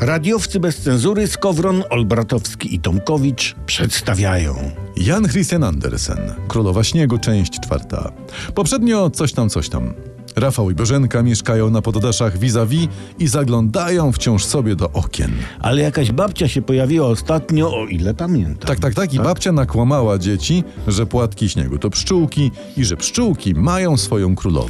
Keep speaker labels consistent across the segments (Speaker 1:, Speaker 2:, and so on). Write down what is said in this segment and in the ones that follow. Speaker 1: Radiowcy bez cenzury Skowron, Olbratowski i Tomkowicz przedstawiają.
Speaker 2: Jan Christian Andersen, Królowa Śniegu, część czwarta. Poprzednio coś tam, coś tam. Rafał i Bożenka mieszkają na poddaszach vis-a-vis i zaglądają wciąż sobie do okien.
Speaker 1: Ale jakaś babcia się pojawiła ostatnio, o ile pamiętam.
Speaker 2: Tak, tak, tak. I babcia nakłamała dzieci, że płatki śniegu to pszczółki i że pszczółki mają swoją królową.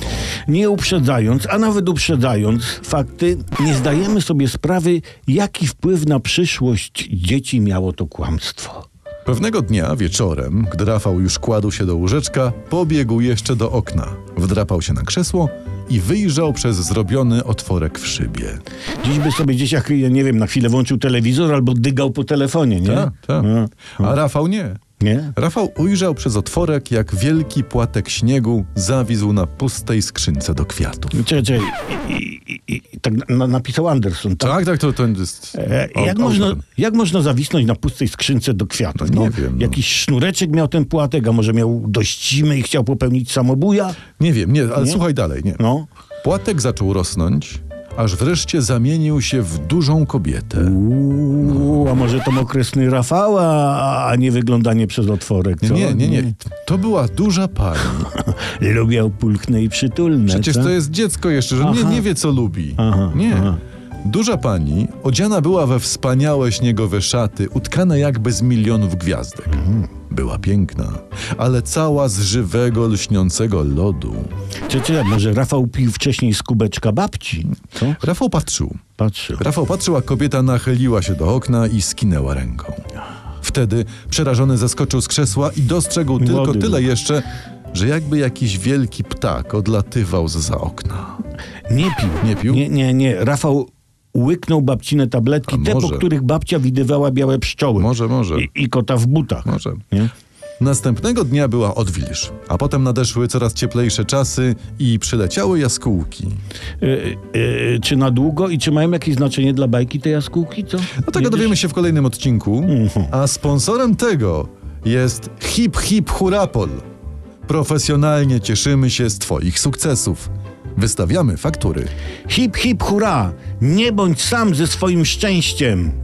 Speaker 1: Nie uprzedzając, a nawet uprzedzając fakty, nie zdajemy sobie sprawy, jaki wpływ na przyszłość dzieci miało to kłamstwo.
Speaker 2: Pewnego dnia wieczorem, gdy Rafał już kładł się do łóżeczka, pobiegł jeszcze do okna, wdrapał się na krzesło i wyjrzał przez zrobiony otworek w szybie.
Speaker 1: Dziś by sobie dzieciak, ja nie wiem, na chwilę włączył telewizor albo dygał po telefonie, nie?
Speaker 2: Tak, tak.
Speaker 1: No,
Speaker 2: A Rafał nie.
Speaker 1: nie?
Speaker 2: Rafał ujrzał przez otworek, jak wielki płatek śniegu zawisł na pustej skrzynce do kwiatów.
Speaker 1: Czekaj, czekaj. I, i, i, i, tak na, napisał Anderson, tak?
Speaker 2: Tak, tak, to ten jest.
Speaker 1: E,
Speaker 2: au-
Speaker 1: Jak można,
Speaker 2: autor.
Speaker 1: jak można zawisnąć na pustej skrzynce do kwiatów?
Speaker 2: No nie wiem, no.
Speaker 1: Jakiś sznureczek miał ten płatek, a może miał dość zimy i chciał popełnić samobuja?
Speaker 2: Nie wiem, nie, ale
Speaker 1: Nie?
Speaker 2: słuchaj dalej, nie.
Speaker 1: No.
Speaker 2: Płatek zaczął rosnąć, aż wreszcie zamienił się w dużą kobietę.
Speaker 1: Uuu, a może to okresny Rafała, a- a nie wyglądanie przez otworek,
Speaker 2: Nie,
Speaker 1: co?
Speaker 2: nie, nie, nie. To była duża pani.
Speaker 1: Lubiał pulchne i przytulne,
Speaker 2: Przecież
Speaker 1: co?
Speaker 2: to jest dziecko jeszcze, że nie,
Speaker 1: Aha.
Speaker 2: nie wie, co lubi.
Speaker 1: Aha,
Speaker 2: nie.
Speaker 1: aha.
Speaker 2: Duża pani odziana była we wspaniałe śniegowe szaty, utkane jakby z milionów gwiazdek.
Speaker 1: Mhm.
Speaker 2: Była piękna, ale cała z żywego, lśniącego lodu.
Speaker 1: Czy, czy, może Rafał pił wcześniej z kubeczka babci? Co?
Speaker 2: Rafał patrzył.
Speaker 1: Patrzył.
Speaker 2: Rafał patrzył, a kobieta nachyliła się do okna i skinęła ręką. Wtedy przerażony zaskoczył z krzesła i dostrzegł tylko
Speaker 1: Młody.
Speaker 2: tyle jeszcze, że jakby jakiś wielki ptak odlatywał za okna.
Speaker 1: Nie pił.
Speaker 2: Nie pił?
Speaker 1: Nie, nie, nie. Rafał łyknął babcine tabletki,
Speaker 2: A
Speaker 1: te, po
Speaker 2: może?
Speaker 1: których babcia widywała białe pszczoły.
Speaker 2: Może, może.
Speaker 1: I, i kota w butach.
Speaker 2: Może.
Speaker 1: Nie?
Speaker 2: Następnego dnia była odwilż, a potem nadeszły coraz cieplejsze czasy i przyleciały jaskółki.
Speaker 1: Y, y, czy na długo i czy mają jakieś znaczenie dla bajki te jaskółki, co?
Speaker 2: No tego dowiemy się w kolejnym odcinku, a sponsorem tego jest Hip Hip Hurapol. Profesjonalnie cieszymy się z Twoich sukcesów. Wystawiamy faktury.
Speaker 1: Hip, hip, hura! Nie bądź sam ze swoim szczęściem!